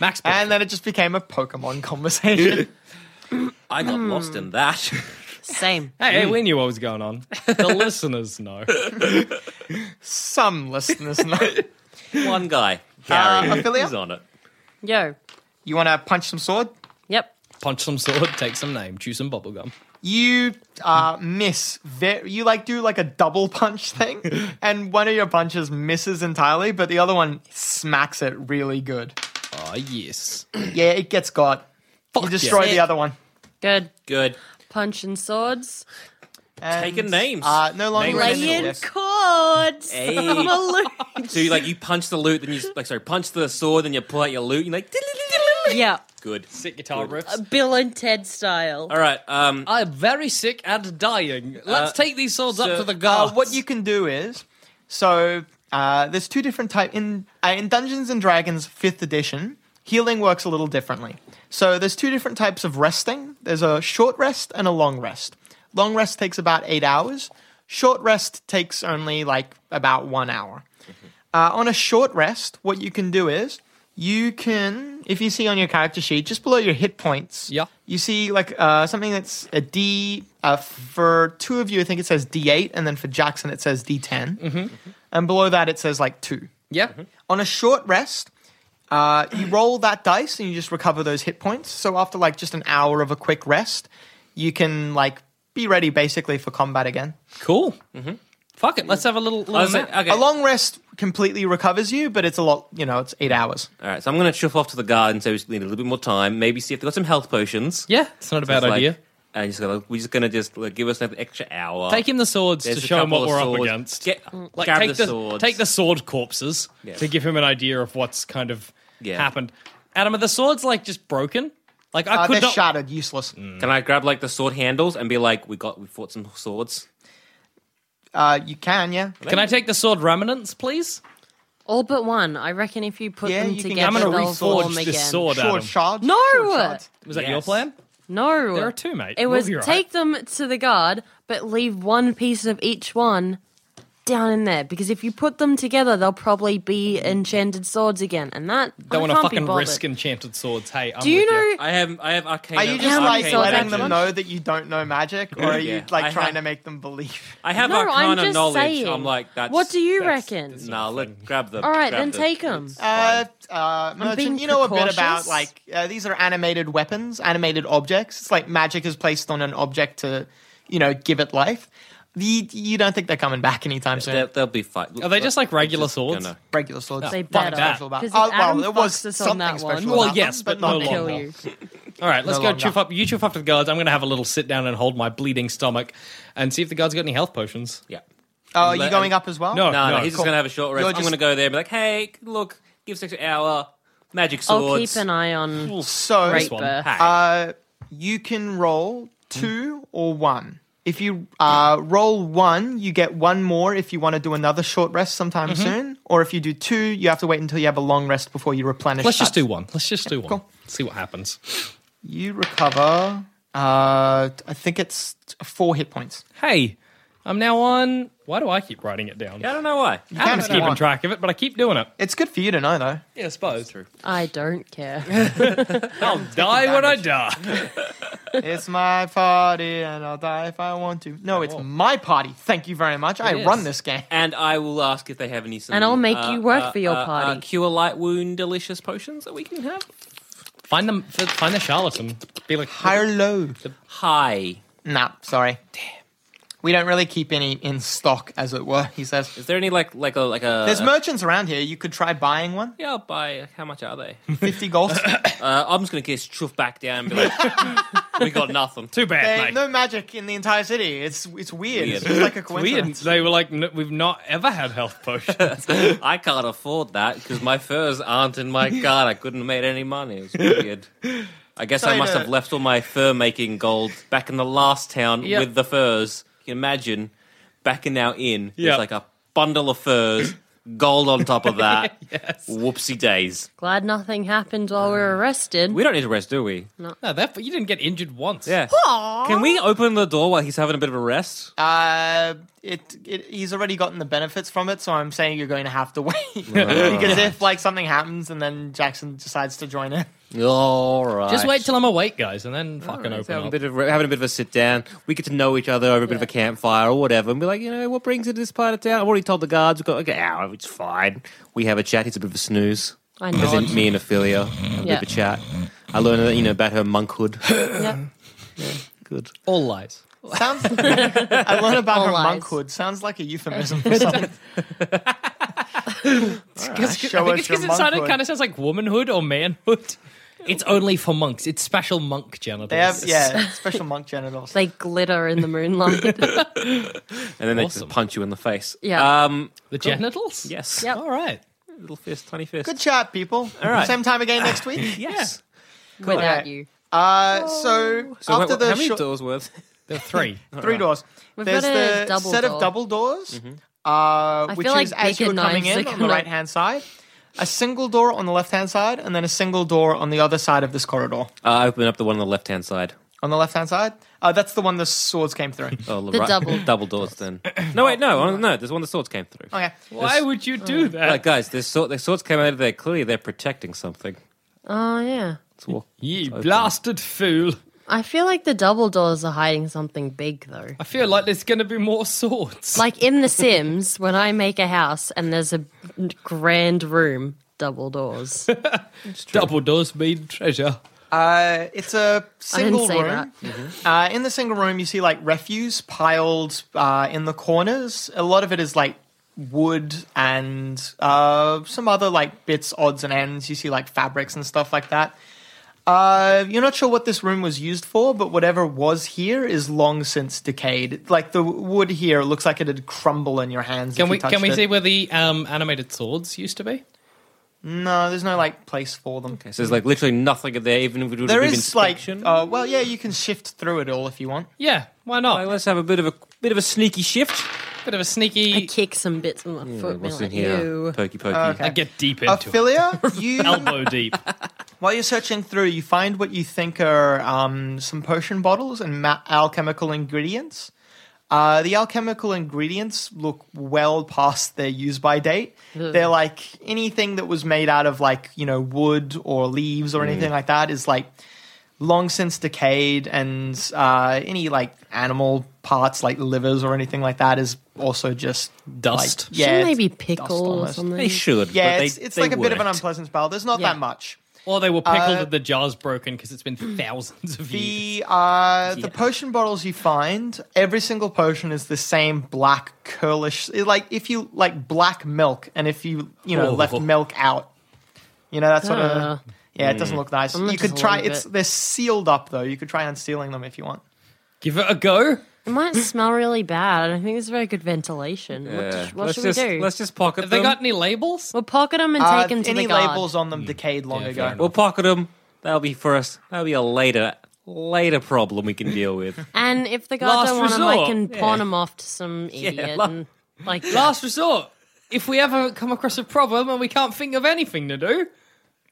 Speaker 4: Max.
Speaker 3: And then it just became a Pokemon conversation.
Speaker 2: I got lost in that.
Speaker 5: Same.
Speaker 4: hey, hey, we knew what was going on. The listeners know.
Speaker 3: Some listeners know.
Speaker 2: One guy,
Speaker 4: Uh,
Speaker 2: Gary,
Speaker 3: Ophelia?
Speaker 2: he's on it.
Speaker 5: Yo.
Speaker 3: You want to punch some sword?
Speaker 5: Yep.
Speaker 4: Punch some sword, take some name, chew some bubblegum.
Speaker 3: You uh, miss. Ve- you like do like a double punch thing, and one of your punches misses entirely, but the other one smacks it really good.
Speaker 4: Oh yes.
Speaker 3: Yeah, it gets got.
Speaker 4: Fuck
Speaker 3: You destroy
Speaker 4: yeah.
Speaker 3: the other one.
Speaker 5: Good.
Speaker 2: Good.
Speaker 5: Punch and swords.
Speaker 3: And,
Speaker 2: Taking names.
Speaker 3: Uh, no longer an
Speaker 5: Playing
Speaker 3: initiative.
Speaker 5: chords.
Speaker 2: Hey.
Speaker 5: Malu-
Speaker 2: So you like you punch the loot, then you like sorry punch the sword, then you pull out your loot. And you're like
Speaker 5: yeah.
Speaker 2: good.
Speaker 4: Sick guitar riffs.
Speaker 5: Bill and Ted style.
Speaker 2: All right. Um.
Speaker 4: I'm very sick and dying. Let's
Speaker 2: Uh,
Speaker 4: take these swords
Speaker 2: so,
Speaker 4: up to the
Speaker 3: Uh,
Speaker 4: guards.
Speaker 3: what you can do is so uh, there's two different type in uh, in Dungeons and Dragons Fifth Edition. Healing works a little differently. So there's two different types of resting. There's a short rest and a long rest. Long rest takes about eight hours. Short rest takes only like about one hour. Uh, on a short rest, what you can do is you can, if you see on your character sheet, just below your hit points,
Speaker 4: Yeah.
Speaker 3: you see like uh, something that's a D. Uh, for two of you, I think it says D8, and then for Jackson, it says D10. And below that, it says like two.
Speaker 4: Yeah.
Speaker 2: Mm-hmm.
Speaker 3: On a short rest, uh, you roll that dice and you just recover those hit points. So after like just an hour of a quick rest, you can like be ready basically for combat again.
Speaker 4: Cool. Mm-hmm. Fuck it. Let's have a little. little
Speaker 2: Oh, I was
Speaker 4: nap.
Speaker 2: like, okay.
Speaker 3: A long rest completely recovers you, but it's a lot, you know, it's eight hours.
Speaker 2: All right. So I'm gonna shuffle off to the garden. So we just need a little bit more time. Maybe see if they have got some health potions.
Speaker 4: yeah, it's not a bad
Speaker 2: It's like-
Speaker 4: idea.
Speaker 2: and he's gonna, we're just gonna just like, give us an extra hour.
Speaker 4: Take him the swords
Speaker 2: There's
Speaker 4: to
Speaker 2: a
Speaker 4: show him
Speaker 2: couple
Speaker 4: what
Speaker 2: of
Speaker 4: we're up
Speaker 2: swords.
Speaker 4: against.
Speaker 2: Get-
Speaker 4: like
Speaker 2: grab
Speaker 4: take
Speaker 2: the
Speaker 4: the,
Speaker 2: swords.
Speaker 4: take the sword corpses
Speaker 2: Yeah.
Speaker 4: to give him an idea of what's kind of
Speaker 2: Yeah.
Speaker 4: happened. Adam, are the swords like just broken? Like I
Speaker 3: Uh,
Speaker 4: could
Speaker 3: they're
Speaker 4: not.
Speaker 3: shattered, useless.
Speaker 4: Mm.
Speaker 2: Can I grab like the sword handles and be like, we got, we fought some swords.
Speaker 3: Uh, you can, yeah.
Speaker 4: Can I take the sword remnants, please?
Speaker 5: All but one. I reckon if you put
Speaker 3: Yeah,
Speaker 5: them
Speaker 3: you can-
Speaker 5: together,
Speaker 3: I'm gonna
Speaker 5: they'll
Speaker 4: reforge
Speaker 5: form
Speaker 4: this
Speaker 5: again.
Speaker 4: sword. Adam.
Speaker 3: Sword shards?
Speaker 5: No! uh,
Speaker 3: Sword shards.
Speaker 4: Was that
Speaker 2: Yes.
Speaker 4: your plan?
Speaker 5: No,
Speaker 4: There are two, mate.
Speaker 5: It was
Speaker 4: Move your eye.
Speaker 5: take them to the guard, but leave one piece of each one down in there because if you put them together, they'll probably be enchanted swords again, and that
Speaker 4: Don't
Speaker 5: I
Speaker 4: want to
Speaker 5: can't
Speaker 4: fucking
Speaker 5: be bothered.
Speaker 4: risk enchanted swords. Hey, I'm
Speaker 5: Do you
Speaker 4: with
Speaker 5: know?
Speaker 2: I have, I have arcane.
Speaker 3: Are you just
Speaker 5: How many
Speaker 3: like
Speaker 2: arcane
Speaker 5: swords
Speaker 3: letting
Speaker 5: have
Speaker 3: them
Speaker 5: you?
Speaker 3: know that you don't know magic, or are you
Speaker 2: Yeah,
Speaker 3: like
Speaker 2: I
Speaker 3: trying
Speaker 2: have-
Speaker 3: to make them believe?
Speaker 2: I have
Speaker 5: No, I'm
Speaker 2: arcana
Speaker 5: just
Speaker 2: knowledge.
Speaker 5: saying.
Speaker 2: I'm like, that's
Speaker 5: what do you
Speaker 4: that's-
Speaker 5: reckon?
Speaker 4: that's
Speaker 2: No, let grab the.
Speaker 5: All right,
Speaker 2: grab
Speaker 5: then
Speaker 2: the-
Speaker 5: take 'em.
Speaker 2: it's
Speaker 3: Uh,
Speaker 2: fine.
Speaker 3: uh,
Speaker 5: being
Speaker 3: merchant, you know a bit about
Speaker 5: precautious.
Speaker 3: like uh, these are animated weapons, animated objects. It's like magic is placed on an object to, you know, give it life. The, you don't think they're coming back anytime soon?
Speaker 2: They'll, they'll be fine.
Speaker 4: Are they just like regular swords?
Speaker 2: gonna-
Speaker 3: Regular swords.
Speaker 5: They
Speaker 3: Nothing
Speaker 5: better,
Speaker 3: special about-
Speaker 5: 'cause if
Speaker 3: Oh,
Speaker 5: Adam
Speaker 3: well, there was
Speaker 5: fucks us on
Speaker 3: something
Speaker 5: that one-
Speaker 3: special
Speaker 4: Well,
Speaker 3: about
Speaker 4: yes,
Speaker 3: them,
Speaker 4: but
Speaker 3: but
Speaker 4: not
Speaker 3: not
Speaker 5: I'll
Speaker 4: long.
Speaker 3: anymore.
Speaker 5: kill
Speaker 4: longer.
Speaker 5: you.
Speaker 4: All right, let's
Speaker 3: No
Speaker 4: go
Speaker 3: longer.
Speaker 4: chuff up. You chuff up to the guards. I'm going to have a little sit down and hold my bleeding stomach and see if the guards got any health potions.
Speaker 2: Yeah.
Speaker 3: Oh, are you
Speaker 2: Let-
Speaker 3: going up as well?
Speaker 4: No,
Speaker 2: No, Oh, no,
Speaker 4: no,
Speaker 2: he's just
Speaker 4: cool.
Speaker 2: gonna have a short rest.
Speaker 3: You're
Speaker 2: I'm
Speaker 3: just-
Speaker 2: gonna go there and be like, hey, look, give us an extra hour. Magic
Speaker 5: I'll
Speaker 2: swords.
Speaker 5: keep an eye on
Speaker 3: So
Speaker 5: Great
Speaker 4: one.
Speaker 5: Birth.
Speaker 3: Uh, you can roll
Speaker 4: Hmm.
Speaker 3: two or one. If you uh, roll one, you get one more if you want to do another short rest sometime
Speaker 4: Mm-hmm.
Speaker 3: soon. Or if you do two, you have to wait until you have a long rest before you replenish.
Speaker 4: Let's just
Speaker 3: that.
Speaker 4: do one. Let's just do one. See what happens.
Speaker 3: You recover, uh, I think it's four hit points.
Speaker 4: Hey, I'm now on. Why do I keep writing it down?
Speaker 2: Yeah, I don't know why.
Speaker 4: I'm just keeping track of it, but I keep doing it.
Speaker 3: It's good for you to know, though.
Speaker 4: Yeah, I suppose. True.
Speaker 5: I don't care.
Speaker 4: I'll die when I die.
Speaker 3: it's my party, and I'll die if I want to.
Speaker 4: Oh.
Speaker 3: No, it's my party. Thank you very much. I
Speaker 2: It
Speaker 3: run
Speaker 2: is.
Speaker 3: this game.
Speaker 2: And I will ask if they have any. Some,
Speaker 5: And I'll make you work for your
Speaker 2: uh,
Speaker 5: party.
Speaker 2: Uh, cure light wound, delicious potions that we can have.
Speaker 4: Find them. Find the charlatan. Be like,
Speaker 3: High or low?
Speaker 2: Hi,
Speaker 3: Nah, sorry. Damn. We don't really keep any in stock, as it were. He says.
Speaker 2: is there any like like a like a?
Speaker 3: There's merchants around here. You could try buying one.
Speaker 2: yeah, I'll buy. How much are they?
Speaker 3: Fifty gold.
Speaker 2: uh, I'm just gonna kiss truth back down and be like, we got nothing.
Speaker 4: too bad,
Speaker 3: Hey,
Speaker 4: mate.
Speaker 3: no magic in the entire city. It's it's weird.
Speaker 2: Weird.
Speaker 3: It's just like a
Speaker 4: we didn't.
Speaker 3: coincidence.
Speaker 4: They were like, "No, we've not ever had health potions.
Speaker 2: I can't afford that because my furs aren't in my card. I couldn't have made any money. It's weird. I guess I
Speaker 3: Sorry
Speaker 2: must
Speaker 3: to-
Speaker 2: have left all my fur making gold back in the last town
Speaker 4: Yeah.
Speaker 2: with the furs. You can imagine back in our inn,
Speaker 4: Yeah.
Speaker 2: there's like a bundle of furs, gold on top of that. Whoopsie days.
Speaker 5: Glad nothing happened while we were arrested.
Speaker 2: We don't need to rest, do we?
Speaker 4: no, that you didn't get injured once.
Speaker 2: Yeah. Can we open the door while he's having a bit of a rest?
Speaker 3: Uh, it, it he's already gotten the benefits from it, so I'm saying you're going to have to wait because if like something happens and then Jackson decides to join in,
Speaker 2: All right.
Speaker 4: Uh, Just wait till I'm awake, guys, and then fucking
Speaker 2: Let's
Speaker 4: open
Speaker 2: have
Speaker 4: up.
Speaker 2: a bit of having a bit of a sit down. We get to know each other over a bit of a campfire or whatever, and be like, you know, what brings you to this part of town? I've already told the guards. We've got like an hour. It's fine. We have a chat. It's a bit of a snooze.
Speaker 5: I
Speaker 2: As
Speaker 5: nod.
Speaker 2: in me and Ophelia, a bit
Speaker 5: Yeah.
Speaker 2: of a chat. I learned that you know about her monkhood.
Speaker 5: Yeah.
Speaker 2: Good.
Speaker 4: All lies.
Speaker 3: sounds. I learned about
Speaker 5: All
Speaker 3: her
Speaker 5: lies.
Speaker 3: monkhood. Sounds like a euphemism for something.
Speaker 4: I
Speaker 3: Show
Speaker 4: think
Speaker 3: us
Speaker 4: it's because
Speaker 3: your
Speaker 4: it sounded
Speaker 3: monkhood.
Speaker 4: kind of sounds like womanhood or manhood. It's only for monks. It's special monk genitals.
Speaker 3: They have yeah, special monk genitals.
Speaker 5: They glitter in the moonlight.
Speaker 2: And then they
Speaker 4: Awesome.
Speaker 2: just punch you in the face.
Speaker 5: Yeah.
Speaker 2: Um.
Speaker 4: the genitals.
Speaker 2: Yes.
Speaker 5: Yep.
Speaker 4: All right.
Speaker 2: Little fist, tiny fist.
Speaker 3: Good chat, people. All
Speaker 2: right.
Speaker 3: Same time again next week.
Speaker 2: Yes.
Speaker 5: without
Speaker 3: Okay.
Speaker 5: you.
Speaker 3: Uh, so,
Speaker 2: So
Speaker 3: after
Speaker 2: wait,
Speaker 3: the
Speaker 2: how many
Speaker 3: short-
Speaker 2: doors worth?
Speaker 4: There are three.
Speaker 3: three doors,
Speaker 5: We've
Speaker 3: there's
Speaker 5: got
Speaker 3: the
Speaker 5: a double
Speaker 3: set of
Speaker 5: door.
Speaker 3: double doors,
Speaker 2: Mm-hmm.
Speaker 3: uh,
Speaker 5: I
Speaker 3: which
Speaker 5: feel like
Speaker 3: is as
Speaker 5: bigger
Speaker 3: you're coming
Speaker 5: knives
Speaker 3: in
Speaker 5: are
Speaker 3: on the
Speaker 5: gonna-
Speaker 3: right hand side. A single door on the left hand side, and then a single door on the other side of this corridor.
Speaker 2: Uh, I open up the one on the left hand side.
Speaker 3: On the left hand side, uh, that's the one the swords came through.
Speaker 2: Oh,
Speaker 5: The
Speaker 2: right.
Speaker 5: double.
Speaker 2: double doors. Then. No, wait, no, oh, no. There's one the swords came through.
Speaker 3: Okay,
Speaker 4: Why would you do that?
Speaker 2: Uh, guys, their, sword, their swords came out of there. Clearly, they're protecting something.
Speaker 5: Oh yeah.
Speaker 2: Let's walk.
Speaker 4: you blasted fool.
Speaker 5: I feel like the double doors are hiding something big though.
Speaker 4: I feel like there's going to be more swords.
Speaker 5: Like in The Sims, when I make a house and there's a grand room, double doors.
Speaker 4: Double doors mean treasure.
Speaker 3: uh, it's a single
Speaker 5: say
Speaker 3: room. Uh, in the single room, you see like refuse piled uh, in the corners. A lot of it is like wood and uh, some other like bits, odds and ends. You see like fabrics and stuff like that. Uh, you're not sure what this room was used for, but whatever was here is long since decayed. Like the wood here looks like it'd crumble in your hands.
Speaker 4: Can
Speaker 3: if
Speaker 4: we
Speaker 3: you touched
Speaker 4: can we
Speaker 3: it.
Speaker 4: see where the um, animated swords used to be?
Speaker 3: No, there's no like place for them.
Speaker 2: So there's like literally nothing in there, even if we do
Speaker 3: There
Speaker 2: a big
Speaker 3: is like,
Speaker 2: inspection.
Speaker 3: uh, well, yeah, you can shift through it all if you want.
Speaker 4: Yeah, why not?
Speaker 2: Like, let's have a bit of a bit of a sneaky shift.
Speaker 4: Bit of a
Speaker 5: I
Speaker 4: sneaky.
Speaker 5: kick some bits with my foot. and be
Speaker 2: What's in
Speaker 5: like,
Speaker 2: here?
Speaker 5: "Ew."
Speaker 2: Pokey pokey.
Speaker 4: I get deep into
Speaker 3: Ophelia, you
Speaker 4: it. Elbow deep.
Speaker 3: while you're searching through, you find what you think are um, some potion bottles and ma- alchemical ingredients. Uh, the alchemical ingredients look well past their use by date. They're like anything that was made out of like you know wood or leaves or anything like that is like long since decayed, and uh, any like animal parts like livers or anything like that is also just
Speaker 4: Dust.
Speaker 3: Like, yeah,
Speaker 5: Shouldn't they
Speaker 3: it's-
Speaker 5: be pickle or
Speaker 3: almost.
Speaker 5: something?
Speaker 2: They should.
Speaker 3: yeah,
Speaker 2: but they-
Speaker 3: it's, it's
Speaker 2: they
Speaker 3: like a bit of an
Speaker 2: weren't.
Speaker 3: unpleasant smell. There's not
Speaker 5: Yeah.
Speaker 3: that much.
Speaker 4: Or they were pickled
Speaker 3: Uh,
Speaker 4: and the jar's broken because it's been thousands of years.
Speaker 3: The uh, the potion bottles you find, every single potion is the same black curlish. it- Like if you like black milk, and if you you know
Speaker 4: Oh.
Speaker 3: left milk out, you know that sort
Speaker 5: Ah.
Speaker 3: of yeah, it
Speaker 4: Hmm.
Speaker 3: doesn't look nice.
Speaker 5: I'm not
Speaker 3: You could
Speaker 5: just
Speaker 3: try.
Speaker 5: loving
Speaker 3: It's
Speaker 5: it.
Speaker 3: they're sealed up though. You could try unsealing them if you want.
Speaker 4: Give it a go.
Speaker 5: It might smell really bad. I don't think it's very good ventilation. What,
Speaker 2: Yeah.
Speaker 5: sh- what
Speaker 2: let's
Speaker 5: should
Speaker 2: just,
Speaker 5: we do?
Speaker 2: Let's just pocket
Speaker 4: Have
Speaker 2: them.
Speaker 4: they got any labels?
Speaker 5: We'll pocket them and
Speaker 3: Uh,
Speaker 5: take them to
Speaker 3: any
Speaker 5: the guard.
Speaker 3: labels on them decayed long
Speaker 4: Hmm. Yeah, fair
Speaker 3: ago.
Speaker 4: enough.
Speaker 2: We'll pocket them. That'll be first. That'll be a later later problem we can deal with.
Speaker 5: And if the guard
Speaker 4: Last
Speaker 5: don't want them, I
Speaker 4: resort.
Speaker 5: can pawn them off to some idiot.
Speaker 2: la-
Speaker 5: and, like
Speaker 4: Last resort. If we ever come across a problem and we can't think of anything to do,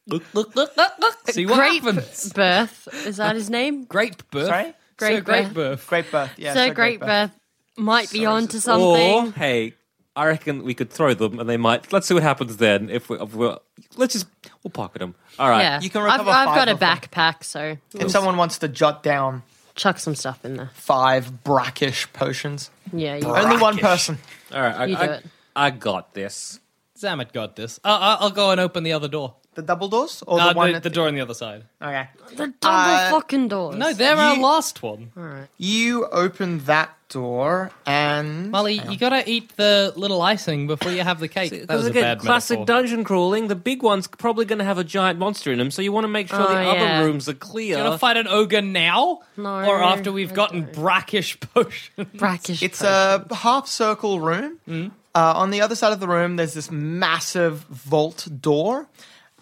Speaker 4: look, look, look, look, look. See what
Speaker 5: Grape
Speaker 4: happens.
Speaker 5: birth. Is that his name?
Speaker 4: Grape birth.
Speaker 3: Sorry?
Speaker 4: Sir
Speaker 5: Grape
Speaker 4: grape
Speaker 5: birth.
Speaker 4: birth.
Speaker 3: Great birth. Yeah,
Speaker 5: Sir
Speaker 3: so
Speaker 5: Great Birth might be onto something.
Speaker 2: Or, hey, I reckon we could throw them, and they might. Let's see what happens then. If we, if we let's just we'll pocket them. All right.
Speaker 5: yeah,
Speaker 3: you can recover
Speaker 5: I've, I've
Speaker 3: five
Speaker 5: got a
Speaker 3: of them.
Speaker 5: backpack, so
Speaker 3: If someone wants to jot down
Speaker 5: chuck some stuff in there.
Speaker 3: five brackish potions,
Speaker 5: Yeah, you,
Speaker 3: only one person.
Speaker 2: All right. I,
Speaker 5: You do
Speaker 2: I,
Speaker 5: it.
Speaker 2: I got this.
Speaker 4: Zamet got this. Uh, I- I'll go and open the other door.
Speaker 3: The double doors or
Speaker 4: Uh,
Speaker 3: the one?
Speaker 4: the,
Speaker 3: at
Speaker 4: the door on the other side.
Speaker 3: okay.
Speaker 5: the double
Speaker 3: Uh,
Speaker 5: fucking doors.
Speaker 4: No, they're our last one.
Speaker 3: You open that door and
Speaker 4: Molly, you gotta eat the little icing before you have the cake. that was a bad
Speaker 2: classic
Speaker 4: metaphor.
Speaker 2: dungeon crawling. The big one's probably going to have a giant monster in them, so you want to make sure
Speaker 5: Oh,
Speaker 2: the
Speaker 5: yeah.
Speaker 2: other rooms are clear.
Speaker 4: You gonna fight an ogre now,
Speaker 5: No,
Speaker 4: or after we've
Speaker 5: I
Speaker 4: gotten brackish potion?
Speaker 5: brackish.
Speaker 3: It's uh, a half circle room. Uh, on the other side of the room, there's this massive vault door.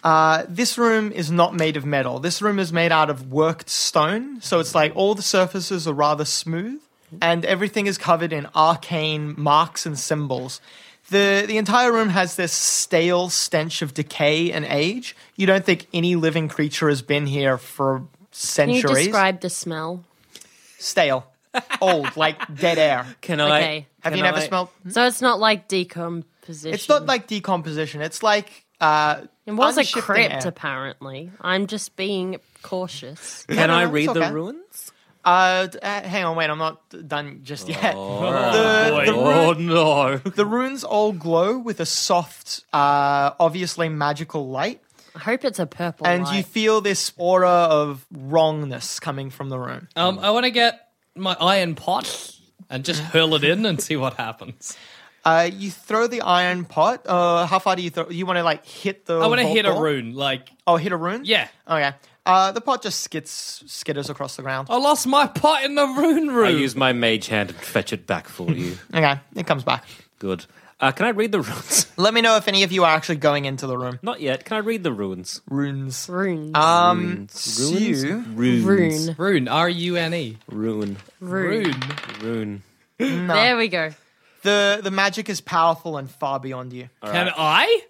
Speaker 3: Uh, this room is not made of metal. This room is made out of worked stone. So it's like all the surfaces are rather smooth, and everything is covered in arcane marks and symbols. The, the entire room has this stale stench of decay and age. You don't think any living creature has been here for
Speaker 5: Can you
Speaker 3: centuries.
Speaker 5: describe the smell?
Speaker 3: stale, old, like dead air.
Speaker 2: Can I?
Speaker 5: Okay,
Speaker 3: Have you
Speaker 2: Can
Speaker 3: never
Speaker 2: I-
Speaker 3: smelled?
Speaker 5: so it's not like decomposition.
Speaker 3: Hmm? It's not like decomposition. It's like uh,
Speaker 5: it was a
Speaker 3: unshifting
Speaker 5: crypt.
Speaker 3: air.
Speaker 5: Apparently, I'm just being cautious.
Speaker 2: Can
Speaker 3: no,
Speaker 2: I
Speaker 3: it's
Speaker 2: read the
Speaker 3: okay.
Speaker 2: ruins?
Speaker 3: Uh, d- uh, hang on, wait. I'm not d- done
Speaker 4: Oh,
Speaker 3: just yet. the, the,
Speaker 2: Oh no!
Speaker 3: the runes all glow with a soft, uh, obviously magical light,
Speaker 5: I hope it's a purple.
Speaker 3: and
Speaker 5: light.
Speaker 3: you feel this aura of wrongness coming from the room.
Speaker 4: Um, I want to get my iron pot and just hurl it in and see what happens.
Speaker 3: Uh, you throw the iron pot. Uh, how far do you throw? You want to like hit the?
Speaker 4: I want to
Speaker 3: vault
Speaker 4: hit a
Speaker 3: door?
Speaker 4: rune. Like
Speaker 3: Oh, hit a rune.
Speaker 4: Yeah.
Speaker 3: Okay. Uh, the pot just skits skitters across the ground.
Speaker 4: I lost my pot in the rune room.
Speaker 2: I use my mage hand and fetch it back for you.
Speaker 3: Okay, it comes back.
Speaker 2: Good. Uh, can I read the runes?
Speaker 3: Let me know if any of you are actually going into the room.
Speaker 2: Not yet. Can I read the runes?
Speaker 3: Runes.
Speaker 5: rune,
Speaker 3: Um, so you-
Speaker 2: Runes.
Speaker 5: rune,
Speaker 4: rune. R U N E.
Speaker 2: Rune.
Speaker 5: rune.
Speaker 2: Rune.
Speaker 5: There we go.
Speaker 3: the the magic is powerful and far beyond you.
Speaker 4: Can I?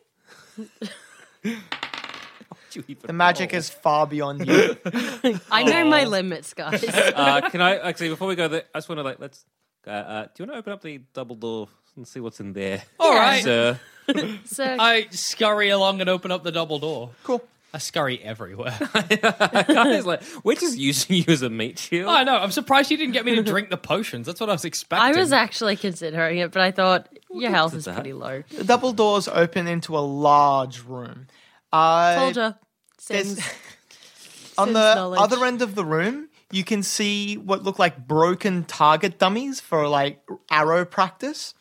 Speaker 3: The
Speaker 2: Oh.
Speaker 3: magic is far beyond you.
Speaker 5: I know my limits, guys.
Speaker 2: Uh, can I actually before we go? There, I just want to like let's. Uh, uh, do you want to open up the double door and see what's in there?
Speaker 4: All right.
Speaker 2: Sir?
Speaker 5: so
Speaker 4: I scurry along and open up the double door.
Speaker 3: cool.
Speaker 4: I scurry everywhere.
Speaker 2: Guys, like we're just using you as a meat shield.
Speaker 4: I know. I'm surprised you didn't get me to drink the potions. That's what I was
Speaker 5: I
Speaker 4: expecting.
Speaker 5: was actually considering it, but I thought your health is
Speaker 2: that.
Speaker 5: pretty low.
Speaker 3: The double doors open into a large room. Uh,
Speaker 5: Told ya.
Speaker 3: there's-
Speaker 5: Sims.
Speaker 3: on
Speaker 5: Sin's
Speaker 3: the
Speaker 5: knowledge.
Speaker 3: other end of the room, you can see what look like broken target dummies for like arrow practice.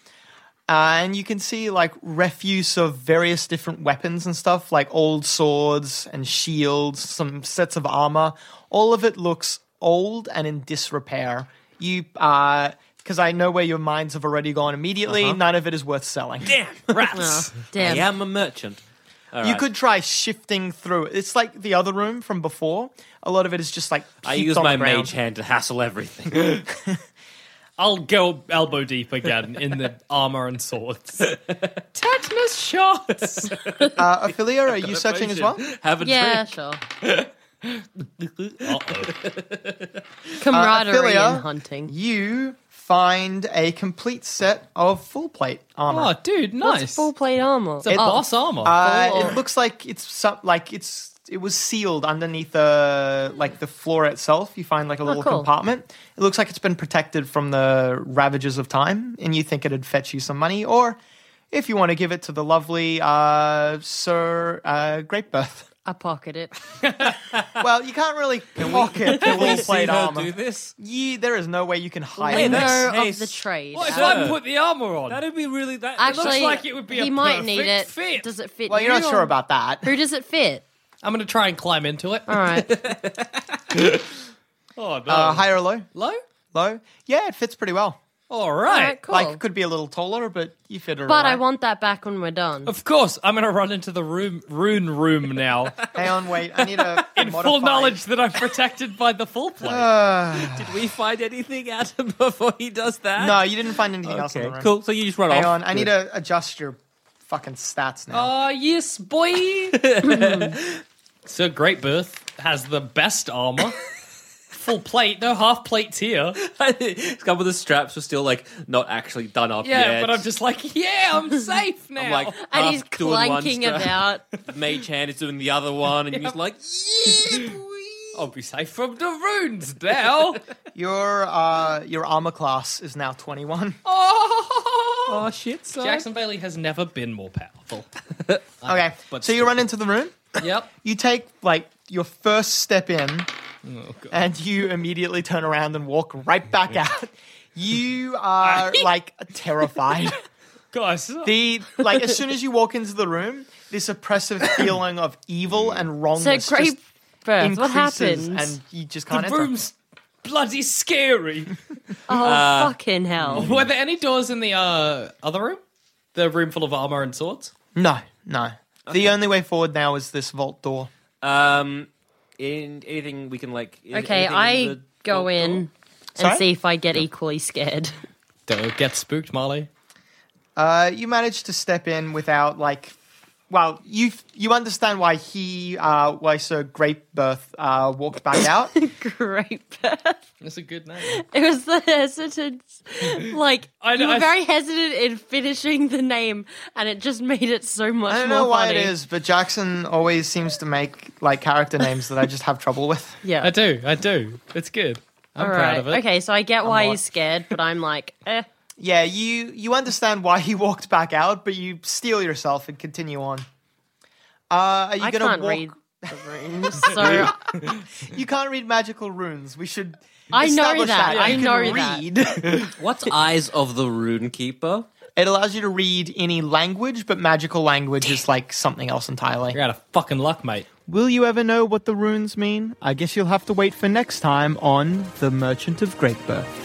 Speaker 3: Uh, and you can see like refuse of various different weapons and stuff, like old swords and shields, some sets of armor. All of it looks old and in disrepair. You, because I know where your minds have already gone immediately,
Speaker 2: Uh-huh.
Speaker 3: none of it is worth selling.
Speaker 4: rats.
Speaker 2: I
Speaker 5: Oh, Damn.
Speaker 2: am a merchant.
Speaker 3: You could try shifting through it. It's like the other room from before. A lot of it is just like
Speaker 2: I
Speaker 3: heaped
Speaker 2: use
Speaker 3: on the
Speaker 2: my
Speaker 3: ground.
Speaker 2: mage hand to hassle everything.
Speaker 4: I'll go elbow deep again in the armor and swords. Tetanus shots.
Speaker 3: Uh, Ophelia, are you searching as well?
Speaker 2: Have a
Speaker 5: Yeah,
Speaker 2: drink.
Speaker 5: sure.
Speaker 3: Uh,
Speaker 4: Uh-oh.
Speaker 5: Camaraderie
Speaker 3: Ophelia,
Speaker 5: in hunting.
Speaker 3: You find a complete set of full plate
Speaker 4: Oh,
Speaker 3: armor.
Speaker 4: dude, nice.
Speaker 5: What's full plate armor?
Speaker 4: It's a boss armor.
Speaker 3: Uh,
Speaker 5: Oh, cool.
Speaker 3: it looks like it's some, like it's it was sealed underneath the like the floor itself. You find like a little
Speaker 5: Oh, cool.
Speaker 3: compartment. It looks like it's been protected from the ravages of time, and you think it'd fetch you some money, or if you want to give it to the lovely uh, Sir uh, Greatbirth.
Speaker 5: I pocket it.
Speaker 3: Well, you can't really pocket full plate
Speaker 2: I'll
Speaker 3: armor.
Speaker 2: do this.
Speaker 3: You, there is no way you can hide
Speaker 2: Hey,
Speaker 3: it.
Speaker 2: that's-
Speaker 5: Winner
Speaker 2: hey,
Speaker 5: of the
Speaker 2: s-
Speaker 5: trade.
Speaker 4: What Oh, if
Speaker 5: Uh,
Speaker 4: I put the armor on?
Speaker 2: That'd be really that.
Speaker 5: Actually,
Speaker 4: looks like it would be
Speaker 5: he
Speaker 4: a
Speaker 5: might need
Speaker 4: perfect
Speaker 5: it.
Speaker 4: fit.
Speaker 5: Does it fit?
Speaker 3: Well, you're
Speaker 5: you
Speaker 3: not
Speaker 5: or-
Speaker 3: sure about that.
Speaker 5: Who does it fit?
Speaker 4: I'm going to try and climb into it.
Speaker 5: All right.
Speaker 4: Oh, no.
Speaker 3: Uh, high or low?
Speaker 4: Low?
Speaker 3: Low? Yeah, it fits pretty well.
Speaker 4: All
Speaker 5: All
Speaker 4: right.
Speaker 5: right, cool.
Speaker 3: Like, it could be a little taller, but you fit it.
Speaker 5: but I
Speaker 3: alright.
Speaker 5: want that back when we're done.
Speaker 4: Of course, I'm going to run into the room, rune room now.
Speaker 3: Hang on, wait. I need a
Speaker 4: in full knowledge that I'm protected by the full plate.
Speaker 3: Uh,
Speaker 2: Did we find anything, Adam, before he does that?
Speaker 3: No, you didn't find anything else in the
Speaker 2: Okay,
Speaker 3: room.
Speaker 2: cool. So you just run
Speaker 3: Hang
Speaker 2: off.
Speaker 3: on, I need to adjust your fucking stats now.
Speaker 4: Ah, yes, boy. so Great Birth has the best armor. full plate. No half plates here.
Speaker 2: A couple of the straps were still like not actually done up
Speaker 4: Yeah,
Speaker 2: yet.
Speaker 4: but I'm just like, yeah, I'm uh, safe now.
Speaker 2: I'm like,
Speaker 5: And
Speaker 2: half
Speaker 5: he's
Speaker 2: doing one
Speaker 5: clanking
Speaker 2: strap.
Speaker 5: about.
Speaker 2: Mage hand is doing the other one, and he's like,
Speaker 4: I'll be safe from the runes now.
Speaker 3: Your uh, your armor class is now twenty one.
Speaker 4: oh,
Speaker 2: "Oh shit, son.
Speaker 4: Jackson Bailey has never been more powerful.
Speaker 3: Okay,
Speaker 4: but
Speaker 3: so you
Speaker 4: still.
Speaker 3: run into the room.
Speaker 4: yep.
Speaker 3: You take like your first step in, and you immediately turn around and walk right back out. You are like terrified.
Speaker 4: Guys,
Speaker 3: The like as soon as you walk into the room, this oppressive feeling of evil and
Speaker 5: So
Speaker 3: wrongness
Speaker 5: great
Speaker 3: just
Speaker 5: birth.
Speaker 3: increases,
Speaker 5: What happened?
Speaker 3: and you just
Speaker 4: the
Speaker 3: can't enter.
Speaker 4: room's bloody scary.
Speaker 5: oh
Speaker 3: uh,
Speaker 5: fucking hell!
Speaker 4: Were there any doors in the uh, other room? The room full of armor and swords?
Speaker 3: No, no. The only way forward now is this vault door.
Speaker 2: Um, in, anything we can like. in-
Speaker 5: Okay,
Speaker 2: anything in
Speaker 5: I
Speaker 2: the- Oh,
Speaker 5: go in and
Speaker 3: Sorry?
Speaker 5: see if I get equally scared.
Speaker 4: Don't get spooked, Marley.
Speaker 3: Uh, you manage to step in without like, well, you you understand why he uh, why Sir Great Birth uh, walked back out.
Speaker 5: Great birth.
Speaker 4: That's a good name.
Speaker 5: It was the hesitance. Like
Speaker 4: I
Speaker 5: you
Speaker 4: know,
Speaker 5: were
Speaker 4: I-
Speaker 5: very hesitant in finishing the name, and it just made it so much
Speaker 3: I don't
Speaker 5: more
Speaker 3: know why
Speaker 5: funny.
Speaker 3: it is, but Jackson always seems to make like character names that I just have trouble with.
Speaker 5: Yeah.
Speaker 4: I do, I do. It's good. I'm
Speaker 5: All
Speaker 4: proud
Speaker 5: right.
Speaker 4: of it.
Speaker 5: Okay, so I get why
Speaker 3: not-
Speaker 5: he's scared, but I'm like, eh.
Speaker 3: Yeah, you you understand why he walked back out, but you steel yourself and continue on. Uh, are you
Speaker 5: I
Speaker 3: gonna
Speaker 5: can't
Speaker 3: walk?
Speaker 5: read the room, so
Speaker 3: You can't read magical runes. We should.
Speaker 5: I know
Speaker 3: establish
Speaker 5: that. I
Speaker 3: You
Speaker 5: know
Speaker 3: can
Speaker 5: that.
Speaker 3: read.
Speaker 2: What's Eyes of the Rune Keeper?
Speaker 3: It allows you to read any language, but magical language is like something else entirely.
Speaker 4: You're out of fucking luck, mate.
Speaker 3: Will you ever know what the runes mean? I guess you'll have to wait for next time on The Merchant of Great Birth.